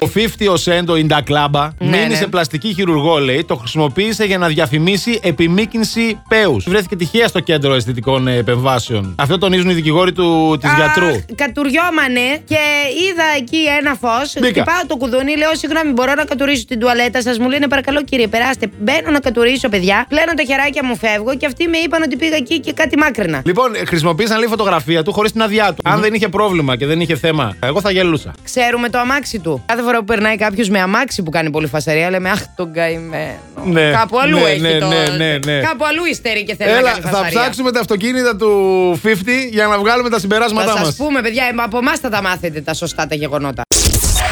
Ο 50 ο Σέντο in da κλάμπα Ναι, μείνει ναι. σε πλαστική χειρουργό, λέει. Το χρησιμοποίησε για να διαφημίσει επιμήκυνση πέους. Βρέθηκε τυχαία στο κέντρο αισθητικών ε, επεμβάσεων. Αυτό τονίζουν οι δικηγόροι του της Αχ, γιατρού. Κατουριόμανε και είδα εκεί ένα φως. Μπήκα. Χτυπάω το κουδούνι, λέω: Συγγνώμη, μπορώ να κατουρίσω την τουαλέτα σας. Μου λένε: Παρακαλώ, κύριε, περάστε. Μπαίνω να κατουρίσω, παιδιά. Πλένω τα χεράκια μου, φεύγω και αυτοί με είπαν ότι πήγα εκεί και κάτι μάκρυνα. Λοιπόν, ε, χρησιμοποίησαν λέει φωτογραφία του χωρίς την αδειά του. Αν δεν είχε πρόβλημα και δεν είχε θέμα, εγώ θα γελούσα. Ξέρουμε το αμάξι του. Κάθε φορά που περνάει κάποιος με αμάξι που κάνει πολύ φασαρία, λέμε Αχ, τον καημένο. Ναι, Κάπου αλλού ναι, έχει ναι, το. ναι, ναι, ναι. Κάπου αλλού υστερεί και θέλει να Έλα, κάνει θα φασαρία. ψάξουμε τα αυτοκίνητα του 50 για να βγάλουμε τα συμπεράσματά Θα μα. σα πούμε, παιδιά, ε, από εμάς θα τα μάθετε τα σωστά τα γεγονότα.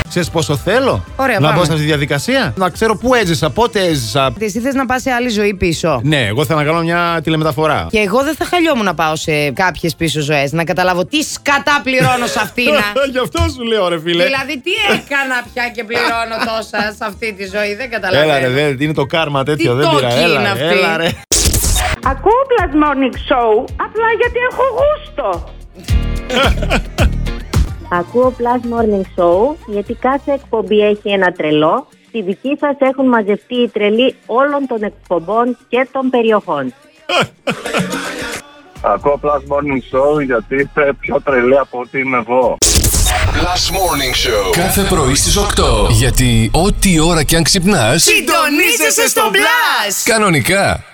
Ξέρεις πόσο θέλω Ωραία, να πάμε. μπω σε αυτή τη διαδικασία, να ξέρω πού έζησα, πότε έζησα. Τι θες να πας σε άλλη ζωή πίσω. Ναι, εγώ θέλω να κάνω μια τηλεμεταφορά. Και εγώ δεν θα χαλιόμουν να πάω σε κάποιες πίσω ζωές. Να καταλάβω τι σκατά πληρώνω σε αυτήν. α. Γι' αυτό σου λέω, ρε φίλε. δηλαδή, τι έκανα πια και πληρώνω τόσα σε αυτή τη ζωή. Δεν Έλα ρε, καταλαβαίνω. δεν, είναι το κάρμα τέτοιο, Τι δεν πειρά. τόκοι Έλα, είναι ρε, αυτοί. έλα ρε. Ακούω Plus Morning Show απλά γιατί έχω γούστο. Ακούω Plus Morning Show γιατί κάθε εκπομπή έχει ένα τρελό. Στη δική σας έχουν μαζευτεί οι τρελοί όλων των εκπομπών και των περιοχών. Ακούω Plus Morning Show γιατί είστε πιο τρελή από ό,τι είμαι εγώ. Last Morning Show. Κάθε πρωί στις 8. Γιατί ό,τι ώρα κι αν ξυπνάς, Συντονίζεσαι στο μπλα! κανονικά.